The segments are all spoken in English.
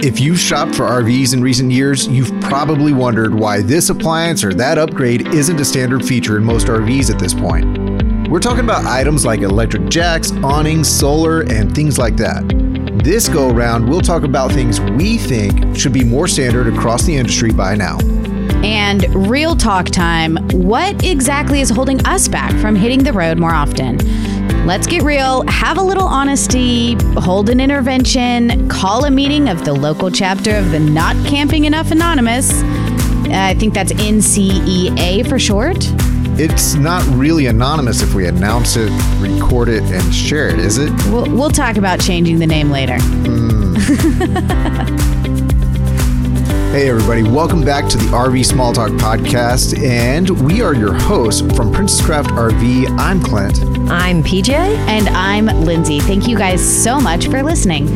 If you've shopped for RVs in recent years, you've probably wondered why this appliance or that upgrade isn't a standard feature in most RVs at this point. We're talking about items like electric jacks, awnings, solar, and things like that. This go around, we'll talk about things we think should be more standard across the industry by now. And real talk time what exactly is holding us back from hitting the road more often? Let's get real, have a little honesty, hold an intervention, call a meeting of the local chapter of the Not Camping Enough Anonymous. I think that's NCEA for short. It's not really anonymous if we announce it, record it, and share it, is it? We'll, we'll talk about changing the name later. Mm. hey, everybody, welcome back to the RV Small Talk podcast. And we are your hosts from Princess Craft RV. I'm Clint. I'm PJ. And I'm Lindsay. Thank you guys so much for listening.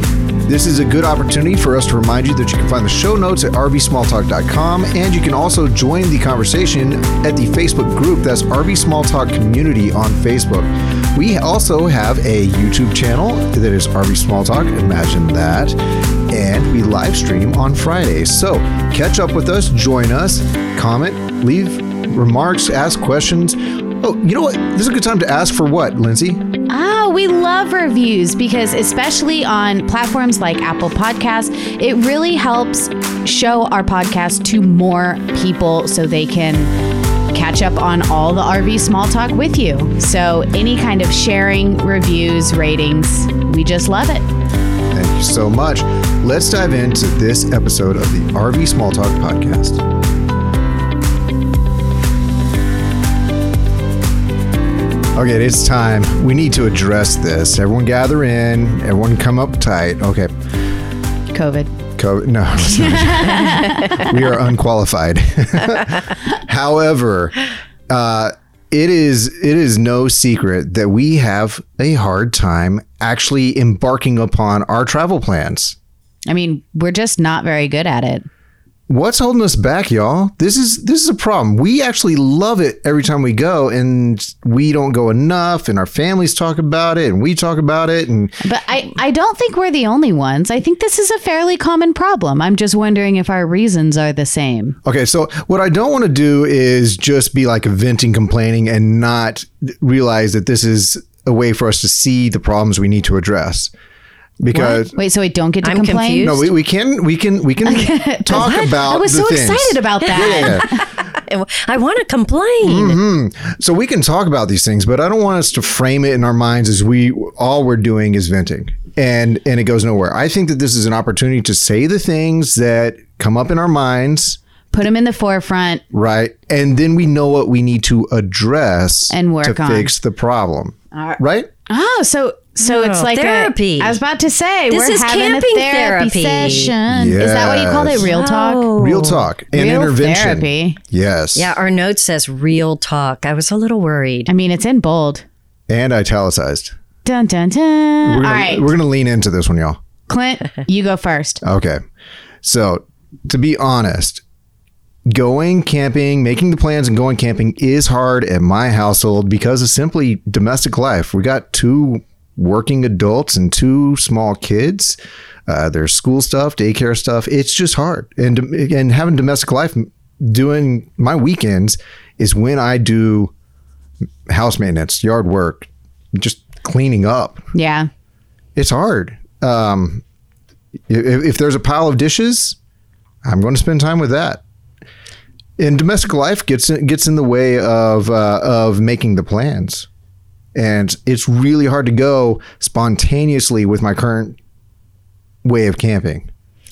This is a good opportunity for us to remind you that you can find the show notes at rvsmalltalk.com and you can also join the conversation at the Facebook group that's RV Small Talk Community on Facebook. We also have a YouTube channel that is RV Small Talk, imagine that. And we live stream on Fridays. So catch up with us, join us, comment, leave remarks, ask questions. Oh, you know what? This is a good time to ask for what, Lindsay? Ah, we love reviews because, especially on platforms like Apple Podcasts, it really helps show our podcast to more people so they can catch up on all the RV small talk with you. So, any kind of sharing, reviews, ratings, we just love it. Thank you so much. Let's dive into this episode of the RV Small Talk podcast. Okay, it's time. We need to address this. Everyone gather in. Everyone come up tight. Okay. COVID. COVID. No. we are unqualified. However, uh, it is it is no secret that we have a hard time actually embarking upon our travel plans. I mean, we're just not very good at it what's holding us back y'all this is this is a problem we actually love it every time we go and we don't go enough and our families talk about it and we talk about it and but i i don't think we're the only ones i think this is a fairly common problem i'm just wondering if our reasons are the same okay so what i don't want to do is just be like venting complaining and not realize that this is a way for us to see the problems we need to address because what? wait, so I don't get to I'm complain. confused. no, we, we can we can we can talk about. I was the so things. excited about that. Yeah, yeah, yeah. I want to complain. Mm-hmm. so we can talk about these things, but I don't want us to frame it in our minds as we all we're doing is venting, and and it goes nowhere. I think that this is an opportunity to say the things that come up in our minds, Put them in the forefront. right, and then we know what we need to address And work to on. fix the problem, right? Oh, so so it's like a- Therapy. I was about to say This we're is having camping a therapy, therapy. session. Is that what you call Yes. it? Real talk. No. Real talk and Real intervention. therapy. Yes. Yeah, our note says real talk. I was a little worried. I mean, it's in bold. And italicized. Dun dun dun. We're All gonna, right, we're gonna lean into this one, y'all. Clint, you go first. Okay. So, to be honest, going camping, making the plans and going camping is hard at my household because of simply domestic life. We got two working adults and two small kids. Uh, there's school stuff, daycare stuff. It's just hard. And and having domestic life doing my weekends is when I do house maintenance, yard work, just cleaning up Yeah. it's hard. Um, if, if there's a pile of dishes, I'm going to spend time with that. And domestic life gets in, gets in the way of uh, of making the plans, and it's really hard to go spontaneously with my current way of camping.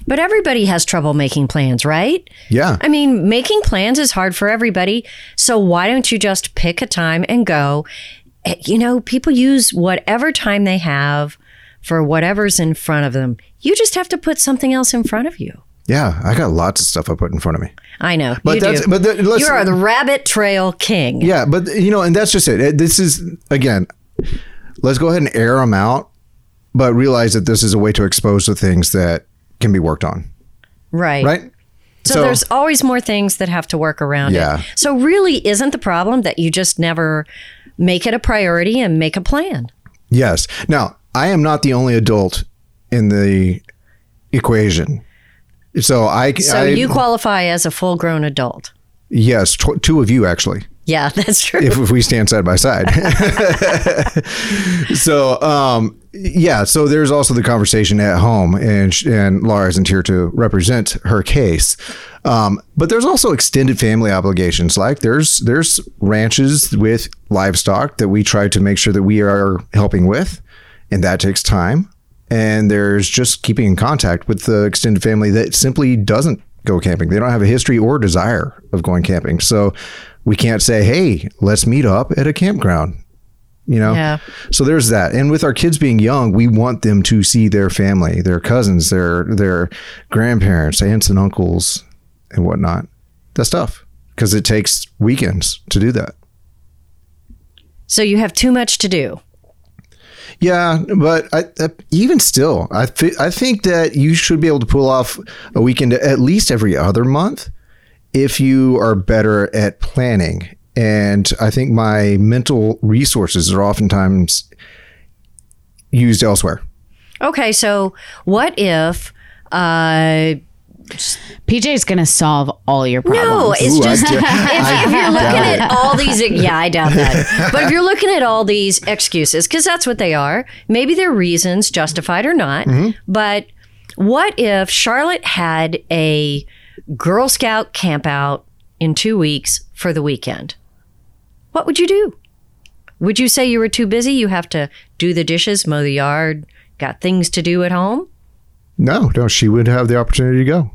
But everybody has trouble making plans, right? Yeah, I mean, making plans is hard for everybody. So why don't you just pick a time and go? Eh, You know, people use whatever time they have for whatever's in front of them. You just have to put something else in front of you. yeah, I got lots of stuff I put in front of me. I know. But you that's do. but the, let's, you are the rabbit trail king. Yeah, but you know, and that's just it. This is again, let's go ahead and air them out, but realize that this is a way to expose the things that can be worked on, Right. right? So, there's always more things that have to work around Yeah. it. So really isn't the problem that you just never make it a priority and make a plan. yes. Now, I am not the only adult in the equation. So I, So I you qualify as a full grown adult. yes, tw- two of you actually. Yeah, that's true. if, if we stand side by side. so, um, yeah. So there's also the conversation at home, and sh- and Laura isn't here to represent her case. Um, but there's also extended family obligations. Like there's there's ranches with livestock that we try to make sure that we are helping with, and that takes time. And there's just keeping in contact with the extended family that simply doesn't go camping. They don't have a history or desire of going camping. So we can't say, hey, let's meet up at a campground. You know? Yeah. So there's that. And with our kids being young, we want them to see their family, their cousins, their their grandparents, aunts and uncles and whatnot. That's tough. Because it takes weekends to do that. So you have too much to do. Yeah, but I, uh, even still, I thi- I think that you should be able to pull off a weekend at least every other month if you are better at planning. And I think my mental resources are oftentimes used elsewhere. Okay, so what if uh PJ's gonna solve all your no, problems. it's Ooh, I just d- I if, if you're looking doubt it. at all these yeah, I doubt that. But if you're looking at all these excuses cuz that's what they are, maybe they're reasons justified or not, Mm-hmm. but what if Charlotte had a Girl Scout camp out in 2 weeks for the weekend? What would you do? Would you say you were too busy? You have to do the dishes, mow the yard, got things to do at home? No, no, she would have the opportunity to go.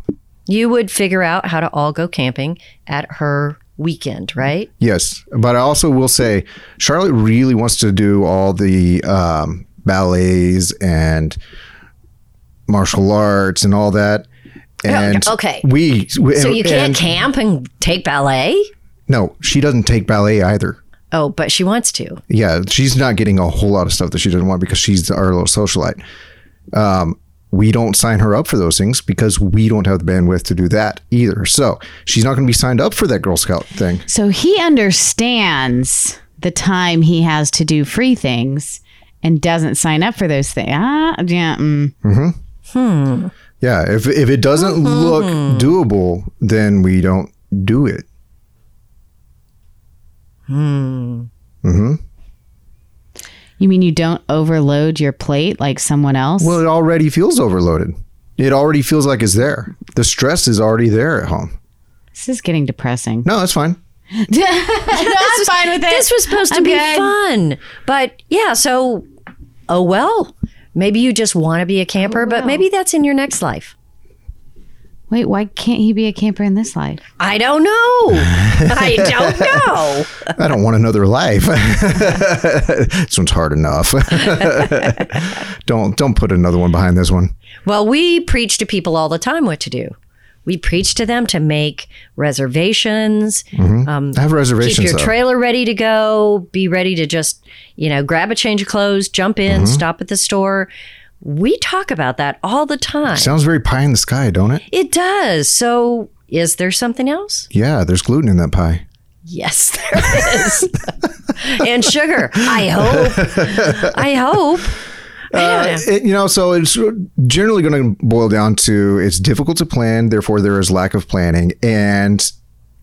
you would figure out how to all go camping at her weekend, right? Yes, but I also will say Charlotte really wants to do all the um, ballets and martial arts and all that. And Oh, okay. we, we- So you can't and- camp and take ballet? No, she doesn't take ballet either. Oh, but she wants to. Yeah, she's not getting a whole lot of stuff that she doesn't want because she's our little socialite. Um, we don't sign her up for those things because we don't have the bandwidth to do that either. So she's not going to be signed up for that Girl Scout thing. So he understands the time he has to do free things and doesn't sign up for those things. Ah, yeah. Mm. Yeah, if if it doesn't Mm-hmm. look doable, then we don't do it. Hmm. Mm-hmm. You mean you don't overload your plate like someone else? Well, it already feels overloaded. It already feels like it's there. The stress is already there at home. this is getting depressing. No, that's fine. no, I'm fine with it. This was supposed to I'm be good. fun. But yeah, so oh well. Maybe you just want to be a camper, but maybe that's in your next life. Wait, why can't he be a camper in this life? I don't know. I don't know. I don't want another life. this one's hard enough. don't don't put another one behind this one. Well, we preach to people all the time what to do. We preach to them to make reservations, um, I have keep reservations your though. trailer ready to go be ready to just you know grab a change of clothes jump in stop at the store we talk about that all the time Sounds very pie in the sky, don't it? it does so is there something else Yeah, there's gluten in that pie. yes there is and sugar i hope i hope I don't know. it, you know, so it's generally going to boil down to it's difficult to plan, therefore there is lack of planning and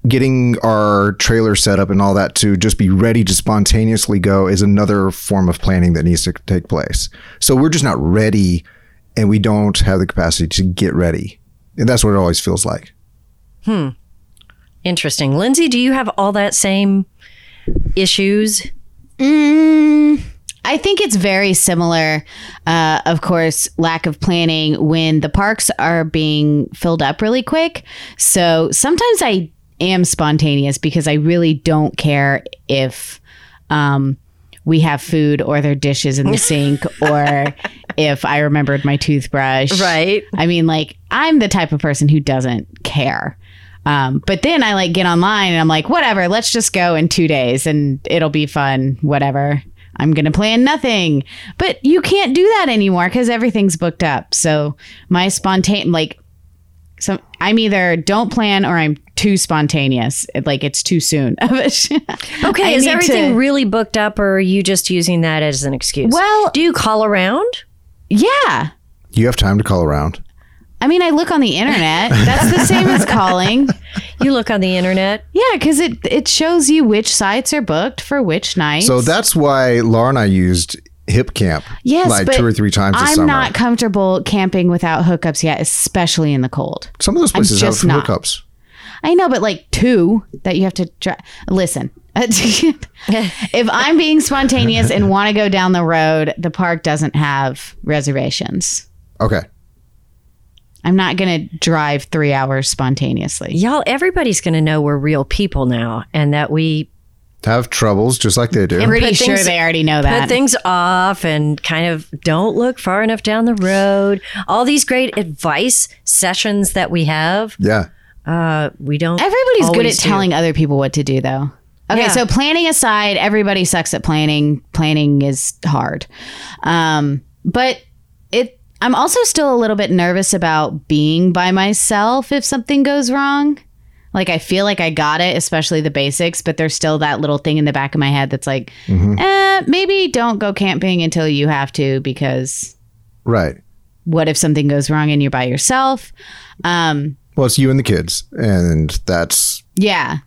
getting our trailer set up and all that to just be ready to spontaneously go is another form of planning that needs to take place. So we're just not ready and we don't have the capacity to get ready. And that's what it always feels like. interesting lindsay do you have all that same issues Mm, I think it's very similar. Uh, of course, lack of planning when the parks are being filled up really quick. So sometimes I am spontaneous because I really don't care if um, we have food or there are dishes in the sink or if I remembered my toothbrush. Right. I mean, like, I'm the type of person who doesn't care. Um, but then I like get online and I'm like, whatever, let's just go in two days and it'll be fun, whatever. I'm going to plan nothing. But you can't do that anymore because everything's booked up. So my spontane, like, so I'm either don't plan or I'm too spontaneous. It- Like it's too soon. okay, okay is everything really booked up or are you just using that as an excuse Well- do you call around yeah. You have time to call around. I mean, I look on the internet. That's the same as calling. You look on the internet. Yeah, because it it shows you which sites are booked for which nights. So that's why Laura and I used Hip Camp yes, like but two or three times this I'm summer. not comfortable camping without hookups yet, especially in the cold. Some of those places have just not. hookups. I know, but like two that you have to try. Listen, if I'm being spontaneous and want to go down the road, the park doesn't have reservations. Okay. I'm not going to drive three hours spontaneously. Y'all, everybody's going to know we're real people now and that we Have troubles just like they do. And- Pretty Put sure things- they already know put that. things off and kind of don't look far enough down the road. All these great advice sessions that we have, yeah. uh, we don't. Everybody's good at always do. telling other people what to do, though. Okay, Yeah. so planning aside, everybody sucks at planning. Planning is hard, um, but it. I'm also still a little bit nervous about being by myself if something goes wrong. Like I feel like I got it, especially the basics, but there's still that little thing in the back of my head that's like, Mm-hmm. eh, maybe don't go camping until you have to because Right. what if something goes wrong and you're by yourself? Um, Well, it's you and the kids, and that's yeah,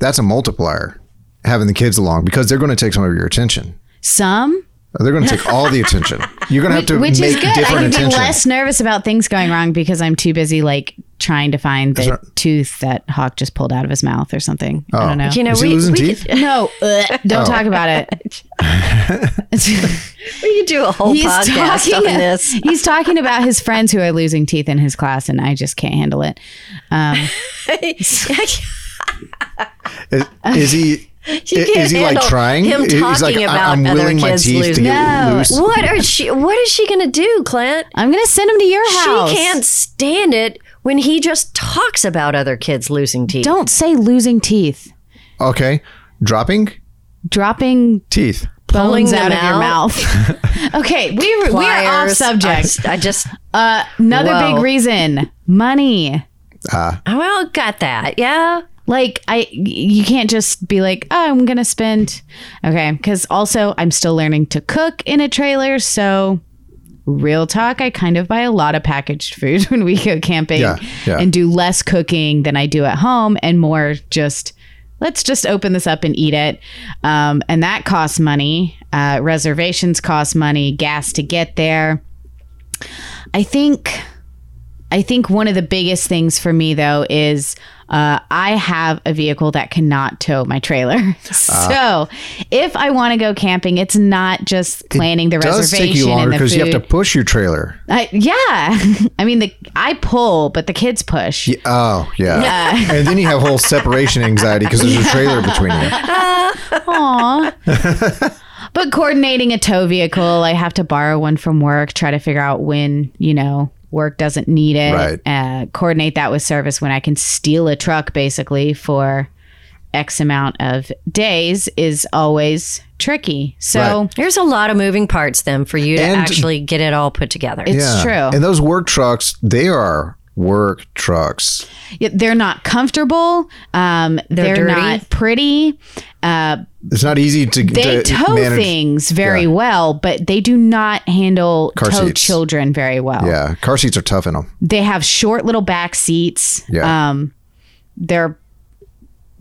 that's a multiplier having the kids along because they're going to take some of your attention. some They're going to take all the attention. You're going to have to which make is good. I different would be attention. less nervous about things going wrong because I'm too busy like trying to find the tooth that Hawk just pulled out of his mouth or something. Oh. I don't know. You know, Is he we, losing we teeth? Could, no, ugh, Oh. don't talk about it. we could do a whole podcast on this. He's talking about his friends who are losing teeth in his class, and I just can't handle it. Is, is he? can't Is he like handle trying? him He's like, talking "I- about I'm other willing my kids teeth to losing- get No. loose. What are she? What is she going to do, Clint? I'm gonna send him to your house. She can't stand it when he just talks about other kids losing teeth. Don't say losing teeth, Okay, dropping dropping teeth. Pulling bones out them of your mouth. okay, we we are off Pliers. subject. I, I just, Uh, another Whoa. big reason: money. I well, got that. Yeah. like i you can't just be like oh i'm gonna spend okay because also i'm still learning to cook in a trailer so real talk i kind of buy a lot of packaged food when we go camping Yeah, yeah. and do less cooking than i do at home and more just let's just open this up and eat it um, and that costs money uh, reservations cost money gas to get there i think I think one of the biggest things for me though is uh, I have a vehicle that cannot tow my trailer. Ah. so if I want to go camping, it's not just planning the Does reservation take you longer and the because food. you have to push your trailer. I- yeah, I mean the I pull, but the kids push. Yeah, Oh yeah. and then you have whole separation anxiety because there's a trailer between you. Aw. but coordinating a tow vehicle, I have to borrow one from work, try to figure out when, you know, work doesn't need it. Right. Uh, coordinate that with service when I can steal a truck basically for X amount of days is always tricky. So Right. There's a lot of moving parts then for you to And- actually get it all put together. It's true. And those work trucks, they are work trucks. y- they're not comfortable. Um, they're dirty. not pretty. Uh, It's not easy to to they tow manage. things very well, but they do not handle Car tow seats. children very well. Yeah, car seats are tough in them. they have short little back seats. Yeah. Um, they're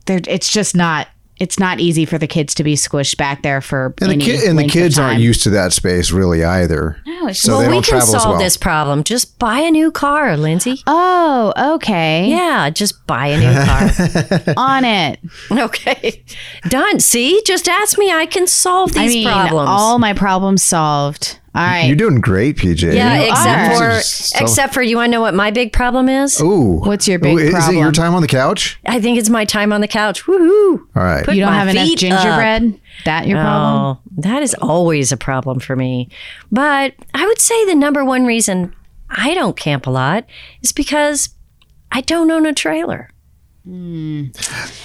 they're it's just not it's not easy for the kids to be squished back there for And the, any ki- and the length of kids aren't time. Oh, used to that space really either. No, it's- so they well, don't we can travel as solve well. Um, this problem. Just buy a new car, Lindsay. Oh, okay. Yeah, just buy a new On it. car. okay. Done. See? Just ask me. I can solve I these mean, problems. all my problems solved. All right. You're doing great, PJ. yeah, except are. for So- Oh. except for you want to know what my big problem is? Ooh. What's your big Ooh, is it your problem? time on the couch? I think it's my time on the couch. Woohoo. All right. you don't my have enough feet up. gingerbread. That your problem? Oh, that is always a problem for me. But I would say the number one reason I don't camp a lot is because I don't own a trailer.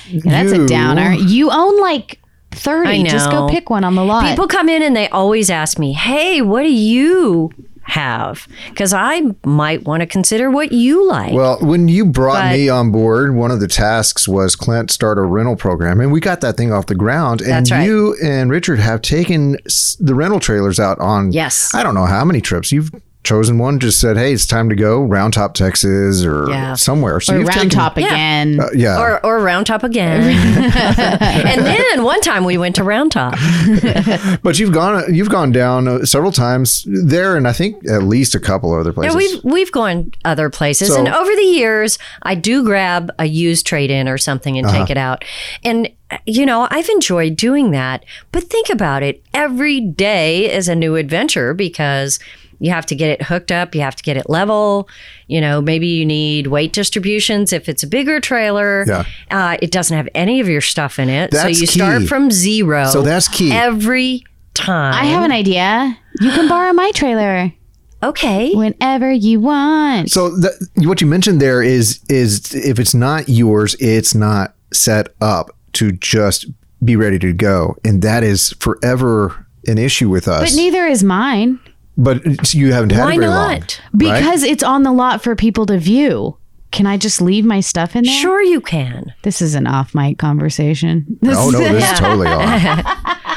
Yeah, that's You- a downer. You own like thirty. I Just go know. pick one on the lot. People come in and they always ask me, "Hey, what do you have?" Because I might want to consider what you like. Well, when you brought But- me on board, one of the tasks was Clint start a rental program, and we got that thing off the ground. And That's right. you and Richard have taken s- the rental trailers out on Yes. I don't know how many trips you've chosen one just said, "Hey, it's time to go Round Top, Texas, or Yeah. somewhere." So Or you've round taken- top again. Uh, yeah, Or, or Round Top again. and then one time we went to Round Top. but you've gone you've gone down uh, several times there, and I think at least a couple other places. Yeah, we've we've gone other places, So- and over the years, I do grab a used trade in or something and Uh-huh. take it out, and uh, you know I've enjoyed doing that. But think about it: every day is a new adventure because you have to get it hooked up, you have to get it level. You know, maybe you need weight distributions if it's a bigger trailer. Yeah. uh, it doesn't have any of your stuff in it, so That's you start key. from zero. So that's key. every time. I have an idea. You can borrow my trailer okay. whenever you want. so that, what you mentioned there is is if it's not yours, it's not set up to just be ready to go, and that is forever an issue with us. But neither is mine But, it's- you haven't had Why it very long. not? right? because it's on the lot for people to view. Can I just leave my stuff in there? Sure, you can. This is an off mic conversation. Oh no, this is totally on.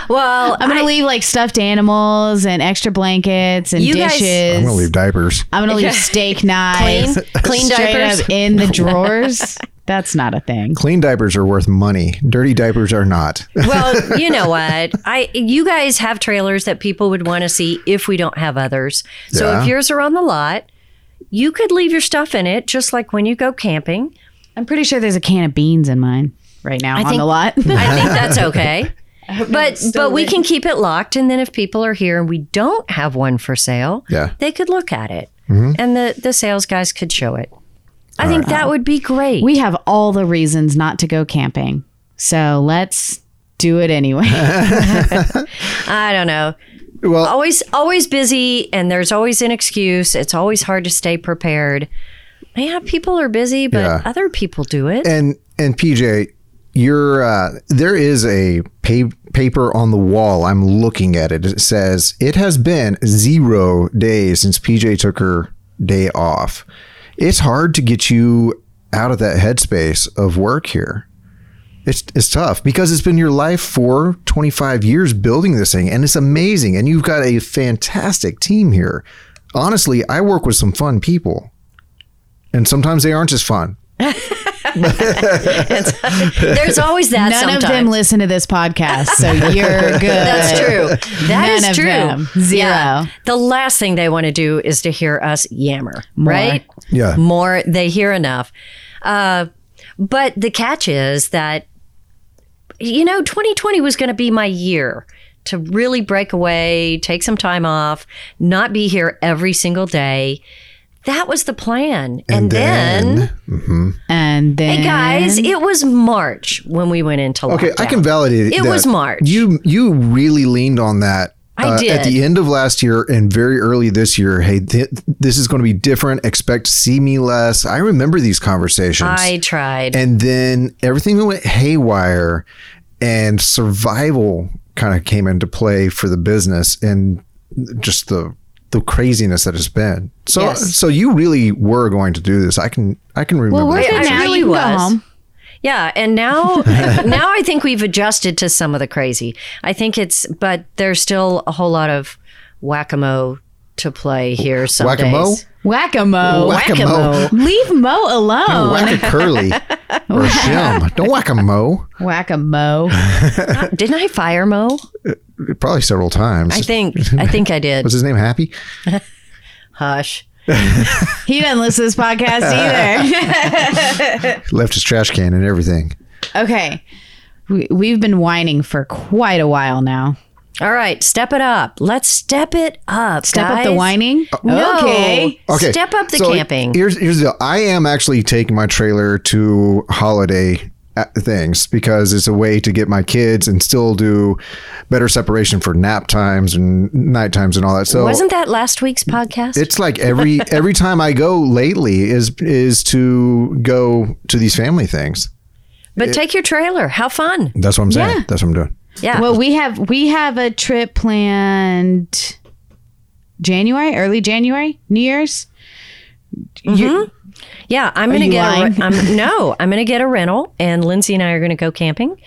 Well, I'm gonna leave like stuffed animals and extra blankets and You guys- dishes. I'm gonna leave diapers. I'm gonna leave steak knives, clean straight diapers. up in the drawers. That's not a thing. Clean diapers are worth money. Dirty diapers are not. well, you know what? I you guys have trailers that people would want to see if we don't have others. So Yeah. if yours are on the lot, you could leave your stuff in it, just like when you go camping. I'm pretty sure there's a can of beans in mine right now on think- the lot. I think that's okay. But but we can keep it locked, and then if people are here and we don't have one for sale, Yeah. Mm-hmm. they could look at it, and the the sales guys could show it. I think that would be great. we have all the reasons not to go camping. So let's do it anyway. I don't know. Well- always always busy, and there's always an excuse. It's always hard to stay prepared. Yeah, people are busy, but Yeah. other people do it. and and PJ, you're uh, there is a pa- paper on the wall. I'm looking at it. It says it has been zero days since PJ took her day off. It's hard to get you out of that headspace of work here. It's, it's tough because it's been your life for 25 years building this thing and it's amazing and you've got a fantastic team here honestly i work with some fun people and sometimes they aren't as fun there's always that. None sometimes. of them listen to this podcast, so you're good. That's true. That None is of true. them. Zero. The last thing they want to do is to hear us yammer, right? Yeah. More they hear enough. Uh, but the catch is that you know 2020 was going to be my year to really break away, take some time off, not be here every single day. That was the plan. And, then, And then hey guys, it was March when we went into lockdown. Okay, I can validate It that. was March. You you really leaned on that. uh, I At did. the end of last year and very early this year, hey, th- this is going to be different. Expect to see me less. I remember these conversations. I tried. and then everything went haywire and survival kind of came into play for the business and just the the craziness that it's been. So Yes. so you really were going to do this. I can I can remember. well, we're that. good I now. really you can go was. home. Yeah, and now now I think we've adjusted to some of the crazy. I think it's but there's still a whole lot of whack-a-mole to play here some Whack-a-mole? days. Whack-a-mole. Whack-a-mole. Leave Mo Oh. Don't alone. whack a curly or a shim. Don't whack a mo. Whack-a-mo. Didn't I fire Mo? Probably several times. I think I think I did. Was his name Happy? Hush. He doesn't listen to this podcast either. Left his trash can and everything. okay. We, we've been whining for quite a while now. All right, step it up. Let's step it up. Step up the guys. Uh, whining. No. Okay. Okay. Step up the so camping. Here's here's the. I am actually taking my trailer to holiday uh, things because it's a way to get my kids and still do better separation for nap times and night times and all that. So Wasn't that last week's podcast? it's like every every time I go lately is is to go to these family things. but take your trailer. How fun. That's what I'm saying. That's what I'm doing. Yeah. Well, we have we have a trip planned January, early January, New Year's. yeah, I'm going to you get a lying? re- I'm, no, I'm going to get a rental and Lindsay and I are going to go camping.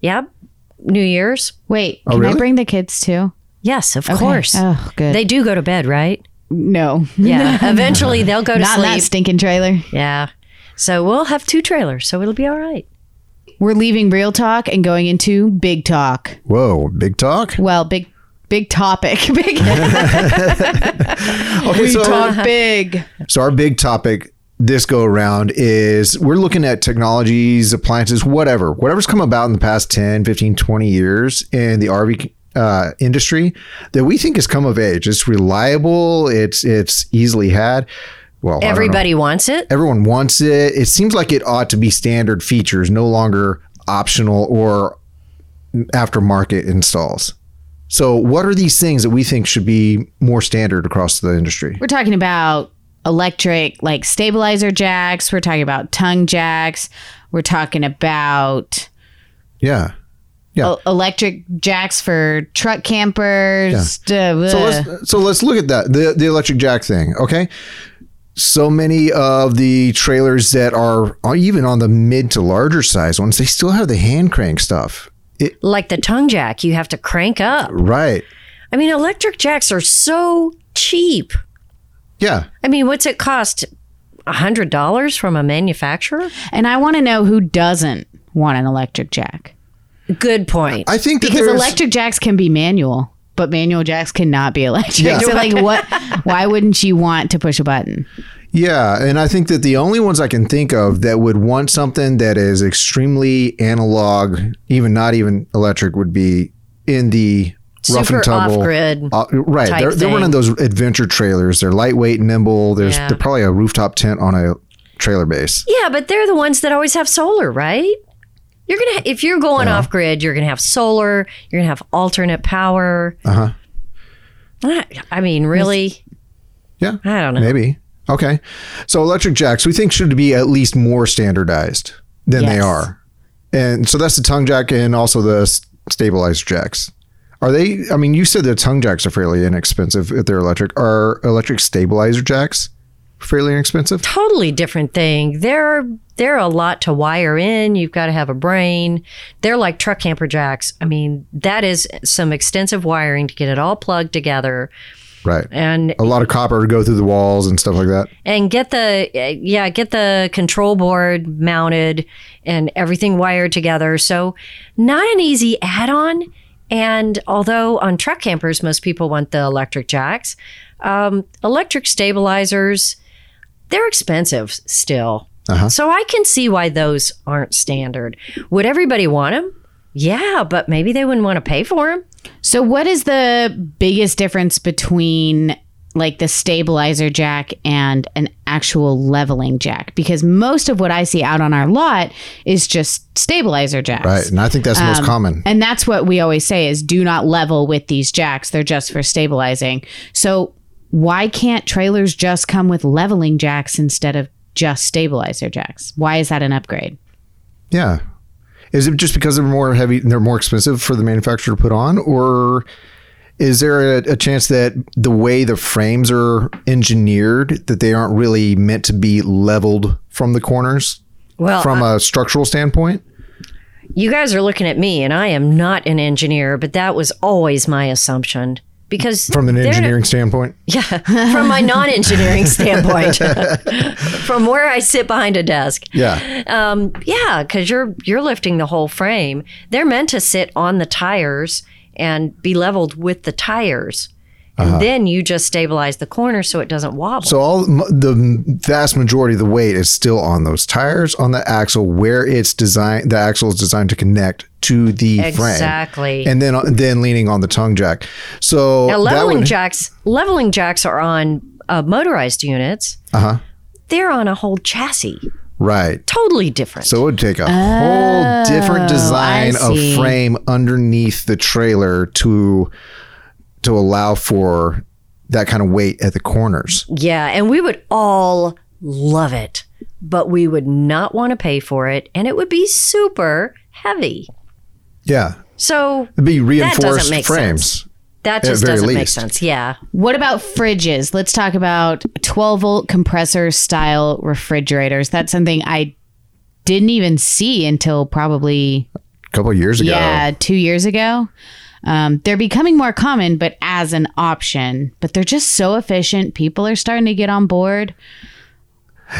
Yep. New Year's. Wait, can I really? bring the kids too? Yes, of course. Oh, good. They do go to bed, right? No, Yeah. Eventually they'll go to not in that sleep. stinking trailer. yeah. So we'll have two trailers, so it'll be all right. We're leaving real talk and going into big talk. Whoa, big talk. Well, big big topic. Big Okay, so talk big. so our big topic this go around is we're looking at technologies, appliances, whatever, whatever's come about in the past 10, 15, 20 years in the RV uh, industry that we think has come of age. It's reliable. It's it's easily had. Well, I don't know. Everybody wants it. everyone wants it. It seems like it ought to be standard features, no longer optional or aftermarket installs. So, what are these things that we think should be more standard across the industry? We're talking about electric like stabilizer jacks, we're talking about tongue jacks, we're talking about Yeah. Yeah. e- electric jacks for truck campers. Duh, So bleh. let's so let's look at that the the electric jack thing. Okay. So many of the trailers that are are even on the mid to larger size ones, they still have the hand crank stuff. It, Like the tongue jack, you have to crank up. right. I mean, electric jacks are so cheap. Yeah. I mean, what's it cost? $100 from a manufacturer? and I want to know who doesn't want an electric jack. Good point. I think that Because there's- electric jacks can be manual, but manual jacks cannot be electric. Yeah. So like what why wouldn't you want to push a button? Yeah, and I think that the only ones I can think of that would want something that is extremely analog, even not even electric, would be in the rough Super and tumble off-grid Uh, right, type they're, they're running thing. those adventure trailers. They're lightweight, nimble. There's Yeah. they're probably a rooftop tent on a trailer base. yeah, but they're the ones that always have solar, right? You're going to if you're going off grid, you're going to have solar, you're going to have alternate power. Uh-huh. I- I mean, really? Yeah, I don't know. maybe. Okay, so electric jacks we think should be at least more standardized than they Yes. are, and so that's the tongue jack and also the s- stabilizer jacks. Are they? I mean, you said the tongue jacks are fairly inexpensive if they're electric. Are electric stabilizer jacks fairly inexpensive? Totally different thing. They're they're a lot to wire in. You've got to have a brain. They're like truck camper jacks. I mean, that is some extensive wiring to get it all plugged together Right. and A lot of copper to go through the walls and stuff like that. and get the eh, yeah get the control board mounted and everything wired together so not an easy add-on and although on truck campers most people want the electric jacks um, electric stabilizers they're expensive still so i can see why those aren't standard would everybody want them yeah but maybe they wouldn't want to pay for them So, what is the biggest difference between like the stabilizer jack and an actual leveling jack? Because most of what I see out on our lot is just stabilizer jacks. Right. And I think that's the Um, most common. And that's what we always say is do not level with these jacks. They're just for stabilizing. So, why can't trailers just come with leveling jacks instead of just stabilizer jacks? Why is that an upgrade? Yeah. Is it just because they're more heavy and they're more expensive for the manufacturer to put on? Or is there a, a chance that the way the frames are engineered, that they aren't really meant to be leveled from the corners well from a structural standpoint? You guys are looking at me, and I am not an engineer, but that was always my assumption because From an they're- engineering standpoint? yeah, from my non-engineering standpoint, from where I sit behind a desk, Yeah. um, yeah, because you're you're lifting the whole frame. They're meant to sit on the tires and be leveled with the tires, and then you just stabilize the corner so it doesn't wobble. Uh-huh. So all m- the vast majority of the weight is still on those tires on the axle where it's designed. The axle is designed to connect to the frame. Exactly. And then then leaning on the tongue jack. So Now, that leveling would- jacks, leveling jacks are on uh, motorized units. Uh Uh-huh. huh. They're on a whole chassis, right? totally different. So it would take a whole different design I of see. frame underneath the trailer to to allow for that kind of weight at the corners. Yeah, and we would all love it, but we would not want to pay for it, and it would be super heavy. Yeah. So It'd be doesn't reinforced make frames. that At just very doesn't make least. sense. Yeah. What about fridges? Let's talk about 12 volt compressor style refrigerators. That's something I didn't even see until probably A couple of years ago. yeah, 2 years ago. Um, they're becoming more common, but as an option. But they're just so efficient. People are starting to get on board.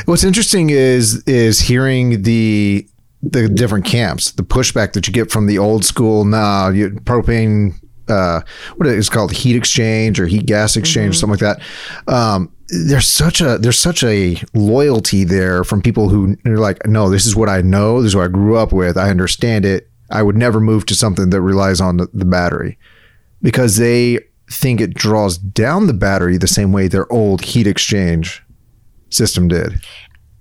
What's interesting is is hearing the the different camps, the pushback that you get from the old school. Nah, you, propane. Uh, what is it called? Heat exchange or heat gas exchange, something like that. Um, there's such a there's such a loyalty there from people who are like, no, this is what I know. This is what I grew up with. I understand it. I would never move to something that relies on the, the battery because they think it draws down the battery the same way their old heat exchange system did.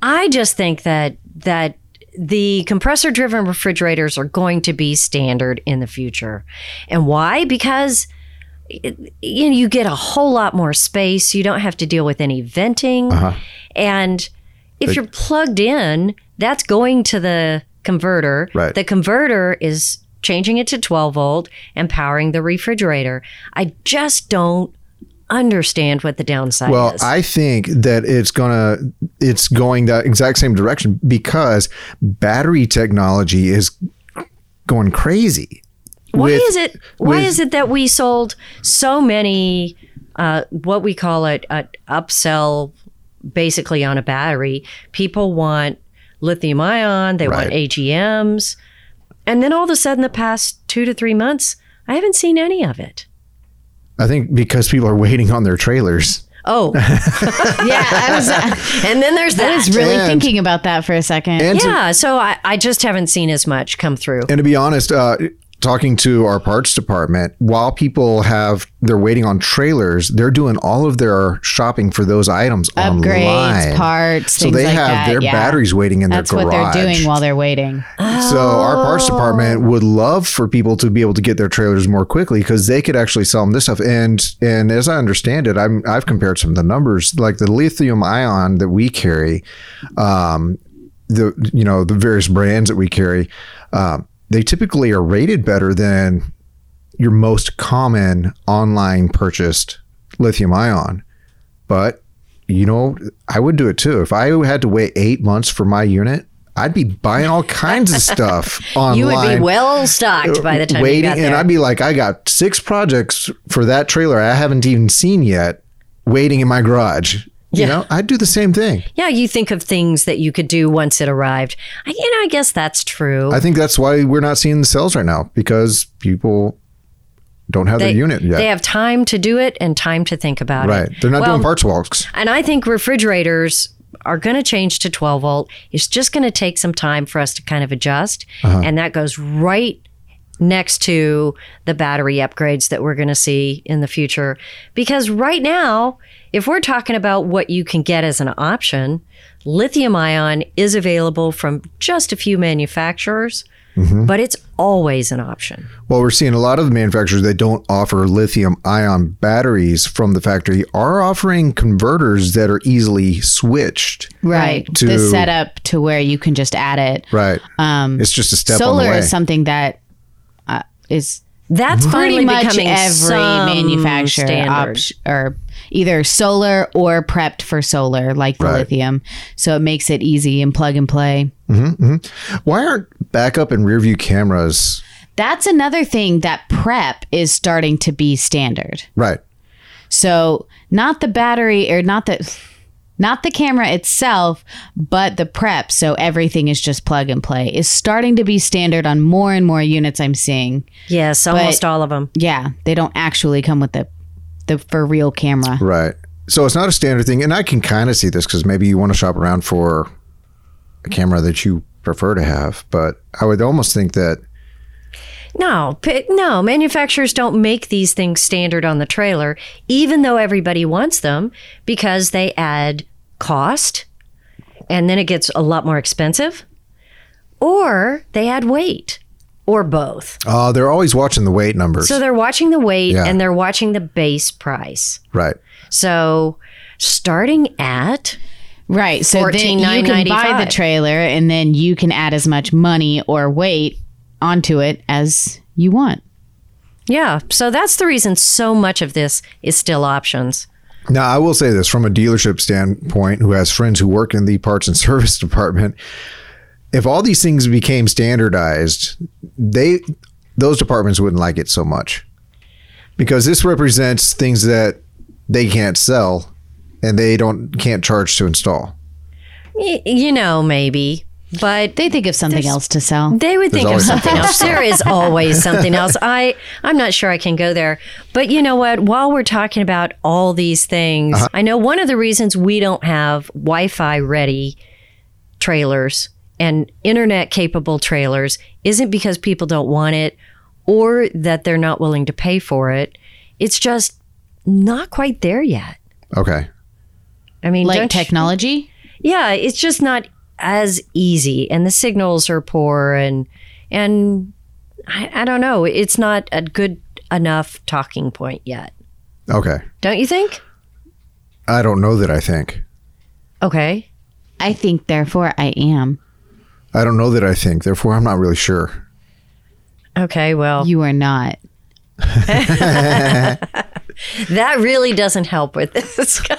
I just think that that the compressor driven refrigerators are going to be standard in the future. And why? Because it- you know you get a whole lot more space. You don't have to deal with any venting. Uh-huh. And if you're plugged in, that's going to the converter. Right. The converter is changing it to 12 volt and powering the refrigerator. I just don't understand what the downside Well, is. I think that it's gonna it's going the exact same direction because battery technology is going crazy. Why with- is it? Why with- is it that we sold so many? Uh, what we call it, uh, upsell, basically on a battery. People want lithium ion. They want Right. AGMs, and then all of a sudden, the past two to three months, I haven't seen any of it. I think because people are waiting on their trailers. Oh, Yeah, I was, I and then there's that. was really And- thinking about that for a second. And to, yeah, so I, I just haven't seen as much come through. and to be honest, uh, talking to our parts department, while people have they're waiting on trailers, they're doing all of their shopping for those items Upgrades, online. parts, so things they like have that, their yeah. batteries waiting in That's their what garage. they're doing while they're waiting. So our parts department would love for people to be able to get their trailers more quickly because they could actually sell them this stuff. And and as I understand it, I'm I've compared some of the numbers, like the lithium ion that we carry, um, the you know the various brands that we carry, um, they typically are rated better than your most common online purchased lithium ion, but you know, I would do it too. If I had to wait eight months for my unit, I'd be buying all kinds of stuff online. You would be well stocked by the time waiting, you got there. and I'd be like, I got six projects for that trailer I haven't even seen yet, waiting in my garage. You Yeah. know, I'd do the same thing. Yeah, you think of things that you could do once it arrived. I, you know, I guess that's true. I think that's why we're not seeing the sales right now because people don't have their unit yet. They have time to do it and time to think about it. right. They're not Well, doing parts walks. And I think refrigerators are going to change to 12 volt. It's just going to take some time for us to kind of adjust. And that goes right next to the battery upgrades that we're going to see in the future. Because right now, if we're talking about what you can get as an option, lithium ion is available from just a few manufacturers, but it's always an option. Well, we're seeing a lot of the manufacturers that don't offer lithium ion batteries from the factory are offering converters that are easily switched. Right. To- the setup to where you can just add it. Right. Um, It's just a step on the solar way. is something that uh, is That's pretty finally much becoming every some manufacturer standard. opt- or either solar or prepped for solar, like the lithium. So it makes it easy and plug and play. Why aren't backup and rear view cameras? That's another thing that prep is starting to be standard. Right. So not the battery or not the not the camera itself, but the prep. So everything is just plug and play is starting to be standard on more and more units I'm seeing. Yes, almost all of them. Yeah, they don't actually come with the the for real camera. Right. So it's not a standard thing. And I can kind of see this because maybe you want to shop around for a camera that you prefer to have. But I would almost think that No, p- no, manufacturers don't make these things standard on the trailer, even though everybody wants them because they add cost and then it gets a lot more expensive, or they add weight, or both. uh, they're always watching the weight numbers. So they're watching the weight Yeah. and they're watching the base price. right. So starting at Right. So then you can buy the $14,995. trailer and then you can add as much money or weight onto it as you want. yeah, so that's the reason so much of this is still options. Now, I will say this from a dealership standpoint who has friends who work in the parts and service department. If all these things became standardized, they those departments wouldn't like it so much because this represents things that they can't sell and they don't can't charge to install. Y- you know, maybe. But They think of something else to sell. They would think of always something something else. There is always something else. I I'm not sure I can go there. But you know what? While we're talking about all these things, I know one of the reasons we don't have Wi-Fi ready trailers and internet capable trailers isn't because people don't want it or that they're not willing to pay for it. It's just not quite there yet. Okay. I mean, Like don't you- technology? yeah, it's just not as easy, and the signals are poor, and and I, I don't know. It's not a good enough talking point yet, Okay. don't you think? I don't know that I think. Okay, I think, therefore, I am. I don't know that I think. Therefore, I'm not really sure. okay. Well, You are not. that really doesn't help with this.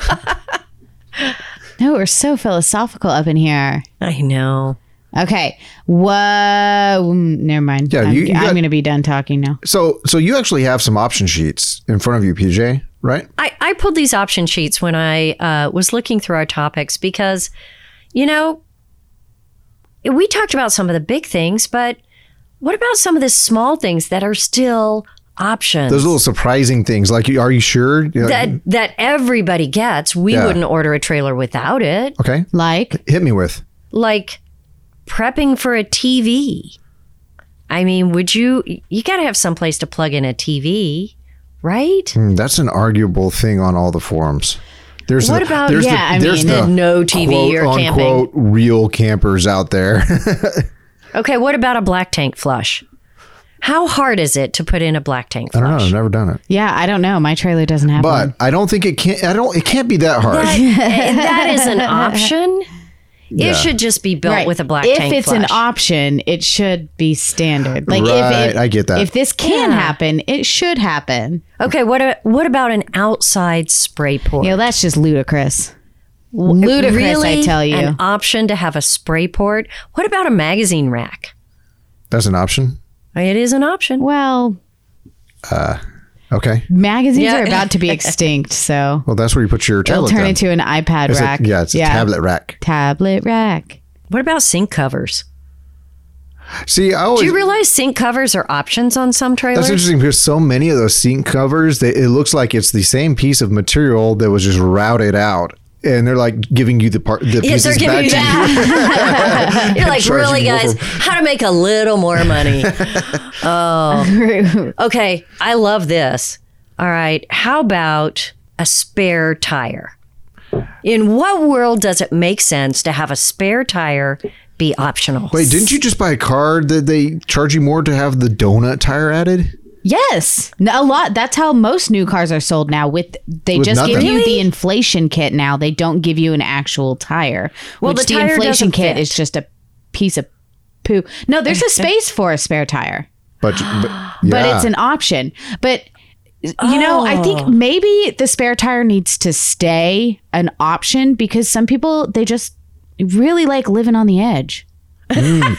No, we're so philosophical up in here. I know. Okay. Whoa. mm, Never mind. Yeah, I'm, you- you I'm got- going to be done talking now. So, so you actually have some option sheets in front of you, PJ, right? I, I pulled these option sheets when I uh, was looking through our topics because, you know, we talked about some of the big things, but what about some of the small things that are still options? Those little surprising things, like, you- are you sure? You know, that that everybody gets. We Yeah. wouldn't order a trailer without it. okay, Like, hit me with. Like prepping for a TV. I mean, would you you got to have some place to plug in a TV, right? Hmm, that's an arguable thing on all the forums. There's What the, about- there's yeah, I the, there's mean, the no TV quote, or camping. unquote real campers out there. Okay, what about a black tank flush? How hard is it to put in a black tank I don't know. flush? I've never done it, yeah, I don't know. My trailer doesn't have one. but I don't think it can. I don't. It can't be that hard. eh, that is an option. It should just be built with a black if tank it's flush. an option, it should be standard. Like if Right, it, I get that. If this can happen, it should happen. okay, what a, what about an outside spray port? You know, that's just ludicrous. Ludicrous, really I tell you. an option to have a spray port. What about a magazine rack? That's an option. It is an option. well, Okay. magazines Yeah. are about to be extinct, so Well, that's where you put your it'll tablet. turn then. into an iPad It's a- rack. yeah, it's a tablet rack. Tablet rack. What about sink covers? See, I always Do you realize sink covers are options on some trailers? That's interesting because so many of those seat covers, they, it looks like it's the same piece of material that was just routed out, and they're like giving you the part, the Yes, they're pieces giving back you to you. that. You're like, Charging really, you guys, over. how to make a little more money. oh. Okay. I love this. All right. How about a spare tire? In what world does it make sense to have a spare tire be optional? Wait, didn't you just buy a car that they charge you more to have the donut tire added? Yes, No, a lot. That's how most new cars are sold now. With they With just give nothing. you the inflation kit now. They don't give you an actual tire. Well, the which the, tire inflation doesn't kit fit. is just a piece of poo. No, there's a space for a spare tire. But, but, yeah. but it's an option. But you know, I Oh. think maybe the spare tire needs to stay an option because some people they just really like living on the edge. yeah,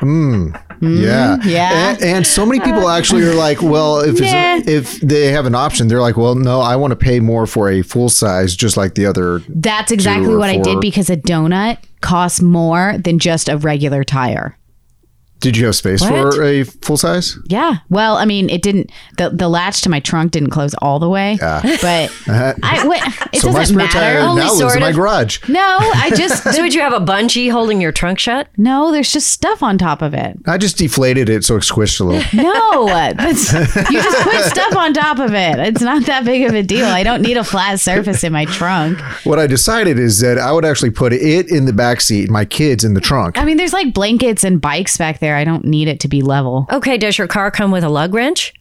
mm, yeah. Uh, And, and so many people actually are like, well, if it's Nah. if they have an option, they're like, well, no, I want to pay more for a full size, just like the other. That's exactly or what I did four. because a donut costs more than just a regular tire. Did you have space for a full size? Yeah. Well, I mean, it didn't. The, the latch to my trunk didn't close all the way. But I, wait, it so my doesn't spare matter. tire Only now lives sort in my of- garage. No, I just so would you have a bungee holding your trunk shut? no. There's just stuff on top of it. I just deflated it so it squished a little. No, that's, you just put stuff on top of it. It's not that big of a deal. I don't need a flat surface in my trunk. What I decided is that I would actually put it in the back seat, my kids in the trunk. I mean, there's like blankets and bikes back there. I don't need it to be level. Okay. Does your car come with a lug wrench?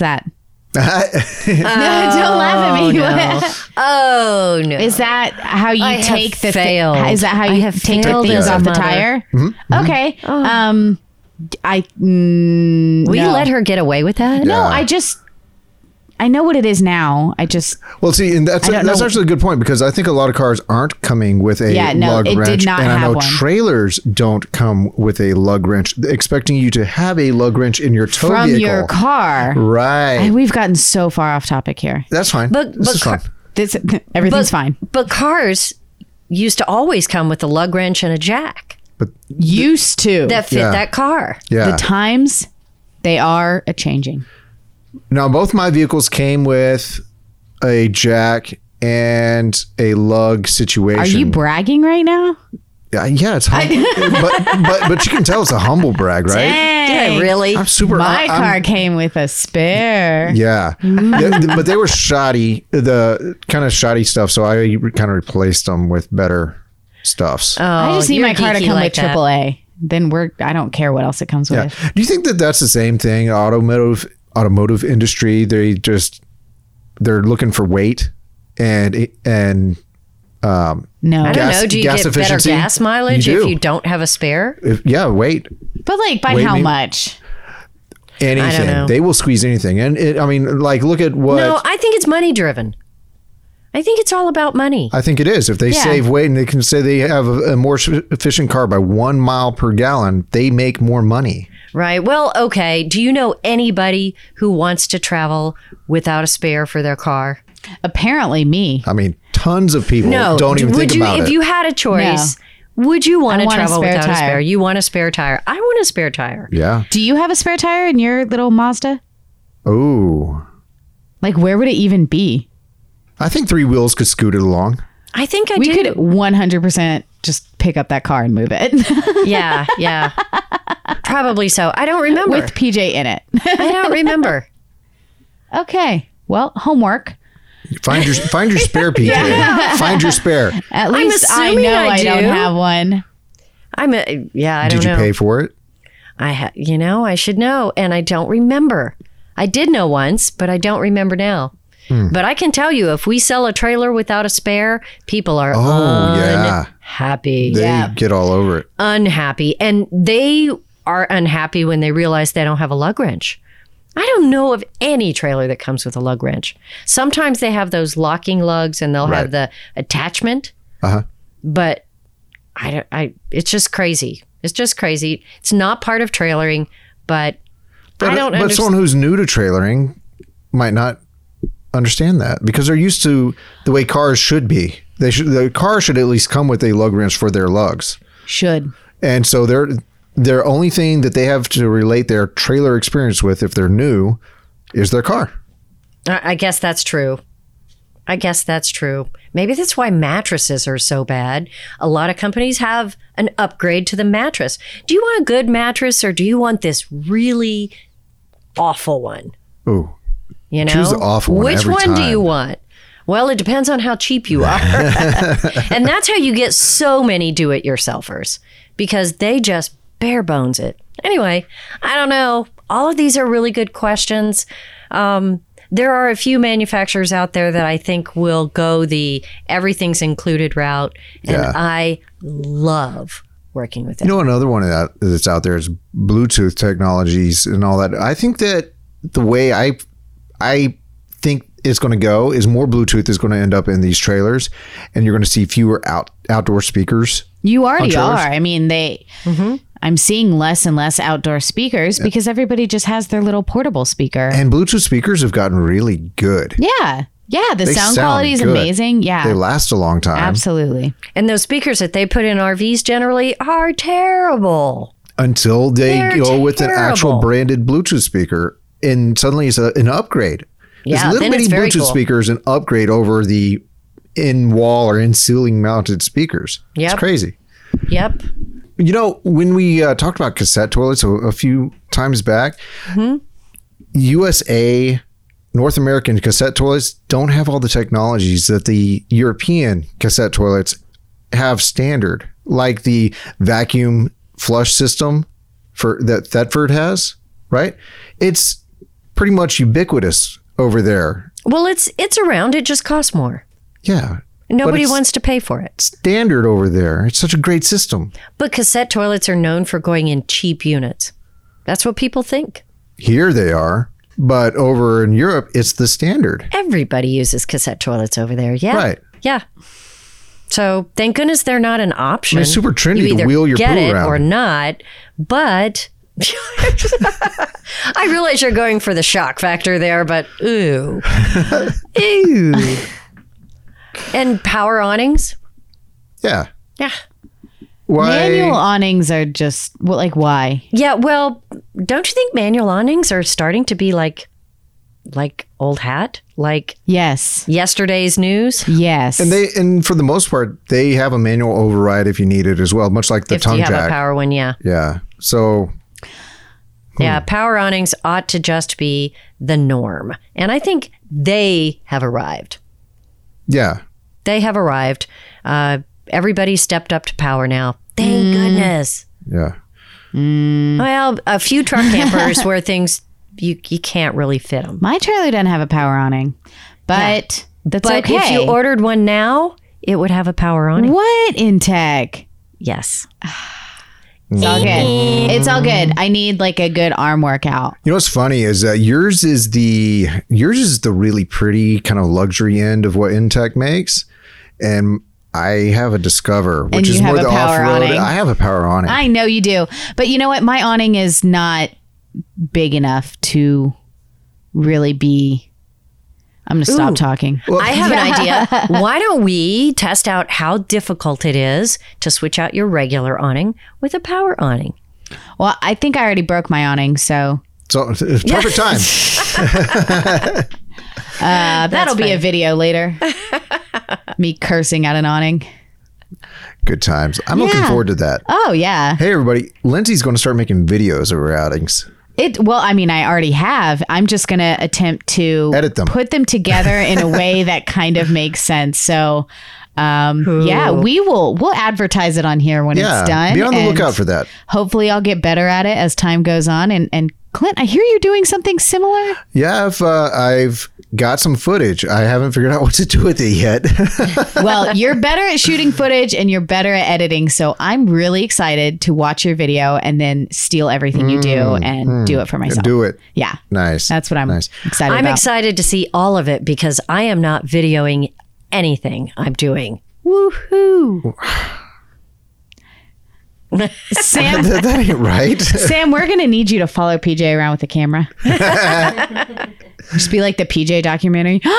that? no, don't laugh at me. Oh, no. Is that how you I have take the thi- failed. is that how I you have take the failed things as a off the mother. Oh. tire? Mm-hmm. Okay. Um, I mm, Will you no. let her get away with that? No, I just I know what it is now. I just Well, see, and that's I don't that's know. actually a good point because I think a lot of cars aren't coming with a Yeah, no, lug it did wrench, not and I have know one. trailers don't come with a lug wrench, expecting you to have a lug wrench in your tow from vehicle. your car. right? And we've gotten so far off topic here. that's fine. But- this but is fine. car- This everything's fine. But cars used to always come with a lug wrench and a jack Used to that fit Yeah. that car. yeah. the times they are a changing. now, both my vehicles came with a jack and a lug situation. Are you bragging right now? Yeah, yeah, it's hum- but but but you can tell it's a humble brag, right? Did I really? I'm super. My I- I'm- car came with a spare. Yeah. Yeah, th- but they were shoddy, the kind of shoddy stuff. So I kind of replaced them with better stuffs. Oh. I just need you're my car to geeky come like with that. AAA. Then we're I don't care what else it comes yeah. with. Do you think that that's the same thing? Automotive automotive industry, they just they're looking for weight and and No. I don't Gas- know. Do you gas get efficiency? better gas mileage You do. if you don't have a spare? if, yeah, weight. But like by Wait, how maybe- much? Anything. know. They will squeeze anything. And it, I mean, like look at what No, I think it's money driven. I think it's all about money. I think it is. If they Yeah. save weight and they can say they have a, a more efficient car by one mile per gallon, they make more money. Right. Well, okay. Do you know anybody who wants to travel without a spare for their car? Apparently me. I mean, tons of people No. don't even would think you, about if it. you had a choice, would you want I to want a travel spare without a tire. spare? You want a spare tire. I want a spare tire. yeah. Do you have a spare tire in your little Mazda? Oh, Like where would it even be? I think three wheels could scoot it along. I think I We do. could 100% just pick up that car and move it Yeah, yeah. Probably so. I don't remember. with PJ in it. I don't remember. okay. Well, homework. Find your find your spare, PJ. Find your spare. At least I assuming know I I, don't do. have one. I'm a, yeah, I Did don't you know. pay for it? I ha- you know, I should know and I don't remember. I did know once, but I don't remember now. Hmm. But I can tell you if we sell a trailer without a spare, people are Oh, yeah. unhappy. They get all over it. Unhappy. And they are unhappy when they realize they don't have a lug wrench. I don't know of any trailer that comes with a lug wrench. Sometimes they have those locking lugs and they'll Right. have the attachment. Uh-huh. But I don't I it's just crazy. It's just crazy. It's not part of trailering, but But, uh, I don't but understand. someone who's new to trailering might not understand that because they're used to the way cars should be. They should the car should at least come with a lug wrench for their lugs. Should. And so their their only thing that they have to relate their trailer experience with if they're new is their car. I I guess that's true. I guess that's true. Maybe that's why mattresses are so bad. A lot of companies have an upgrade to the mattress. Do you want a good mattress or do you want this really awful one? Ooh. You know, Choose the awful one Which every one do time. you want? Well, it depends on how cheap you are, and that's how you get so many do-it-yourselfers because they just bare bones it. Anyway, I don't know. All of these are really good questions. Um, there are a few manufacturers out there that I think will go the everything's included route, and Yeah. I love working with You them. know, another one that that's out there is Bluetooth technologies and all that. I think that the way I I think it's going to go is more Bluetooth is going to end up in these trailers, and you're going to see fewer out outdoor speakers. You already trailers? are. I mean, they. Mm-hmm. I'm seeing less and less outdoor speakers because everybody just has their little portable speaker. And Bluetooth speakers have gotten really good. yeah, yeah. The They sound, sound quality is good. amazing. They Yeah, last a long time absolutely. And those speakers that they put in RVs generally are terrible. until they They're go with an actual terrible. branded Bluetooth speaker, and suddenly it's a, an upgrade. Yeah, this little then bitty it's very Bluetooth cool. speaker is an upgrade over the in wall or in ceiling mounted speakers. It's Yep. crazy. Yep. You know, when we uh, talked about cassette toilets a, a few times back, USA, North American cassette toilets don't have all the technologies that the European cassette toilets have standard, like the vacuum flush system for that Thetford has, right? It's pretty much ubiquitous over there. Well, it's it's around. It just costs more. Yeah. Nobody it's- wants to pay for it. Standard over there. It's such a great system. But cassette toilets are known for going in cheap units. That's what people think. Here they are, But over in Europe, it's the standard. Everybody uses cassette toilets over there. Yeah. Right. Yeah. So thank goodness they're not an option. It's super trendy You to either wheel your get poo it around. or not, but I realize you're going for the shock factor there, but ooh, ooh, and power awnings. Yeah. Yeah, Why? Manual awnings are just well, like why? yeah. Well, don't you think manual awnings are starting to be like, like old hat, like Yes, yesterday's news? yes. And they and for the most part, they have a manual override if you need it as well, much like the If tongue you have jack. a power one, yeah. yeah. So Hmm. Yeah, power awnings ought to just be the norm. And I think they have arrived. yeah. They have arrived. Uh, everybody stepped up to power now. Thank goodness. Yeah. Well, a few truck campers where things you you can't really fit them. My trailer doesn't have a power awning, but that's But okay. if you ordered one now, it would have a power awning. what in tech? Yes. It's all good. It's all good. I need like a good arm workout. You know what's funny is that yours is the yours is the really pretty kind of luxury end of what Intech makes, and I have a Discover, which And you is have more a the off power road. awning. I have a power awning. I know you do, but you know what? My awning is not big enough to really be. I'm gonna stop talking. I have an idea. Why don't we test out how difficult it is to switch out your regular awning with a power awning? Well, I think I already broke my awning, so so it's perfect time. uh, that'll be a video later. Me cursing at an awning. Good times. I'm looking forward to that. Oh yeah. Hey everybody, Lindsay's going to start making videos of her outings. It well, I mean, I already have. I'm just gonna attempt to Edit them. put them together in a way that kind of makes sense. So, um, yeah, we will we'll advertise it on here when Yeah, it's done. be on the and lookout for that. Hopefully, I'll get better at it as time goes on. And and Clint, I hear you're doing something similar. Yeah, I've uh, I've got some footage. I haven't figured out what to do with it yet. well, you're better at shooting footage and you're better at editing. So I'm really excited to watch your video and then steal everything you do and do it for myself. Mm, do it. Yeah, Nice. that's what I'm Nice. excited I'm about. excited to see all of it because I am not videoing anything I'm doing. Woohoo! Sam, that, that ain't right. Sam, we're gonna need you to follow PJ around with the camera. Just be like the PJ documentary. Do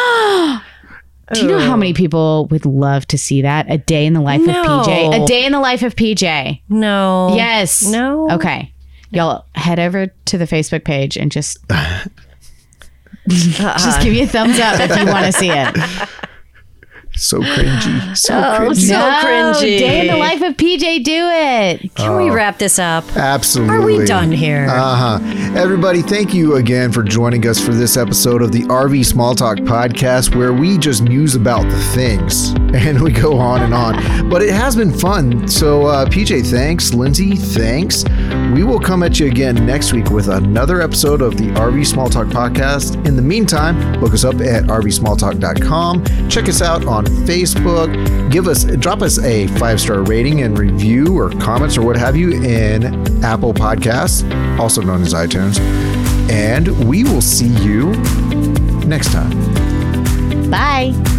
you know how many people would love to see that? A day in the life of PJ. No. A day in the life of PJ. No. Yes. Oh, No. Okay. Y'all head over to the Facebook page and just just give you a thumbs up if you want to see it. so cringy. So Oh, cringy. so cringy. Day in the life of PJ. Do it. Can we wrap this up? Absolutely. Are we done here? Uh huh. Everybody, thank you again for joining us for this episode of the RV Small Talk podcast, where we just muse about the things and we go on and on. But it has been fun. So, uh, PJ, thanks. Lindsay, thanks. We will come at you again next week with another episode of the RV Small Talk podcast. In the meantime, look us up at rvsmalltalk.com. Check us out on Facebook. Give us, drop us a five star rating and review or comments or what have you in Apple Podcasts, also known as iTunes. And we will see you next time. Bye.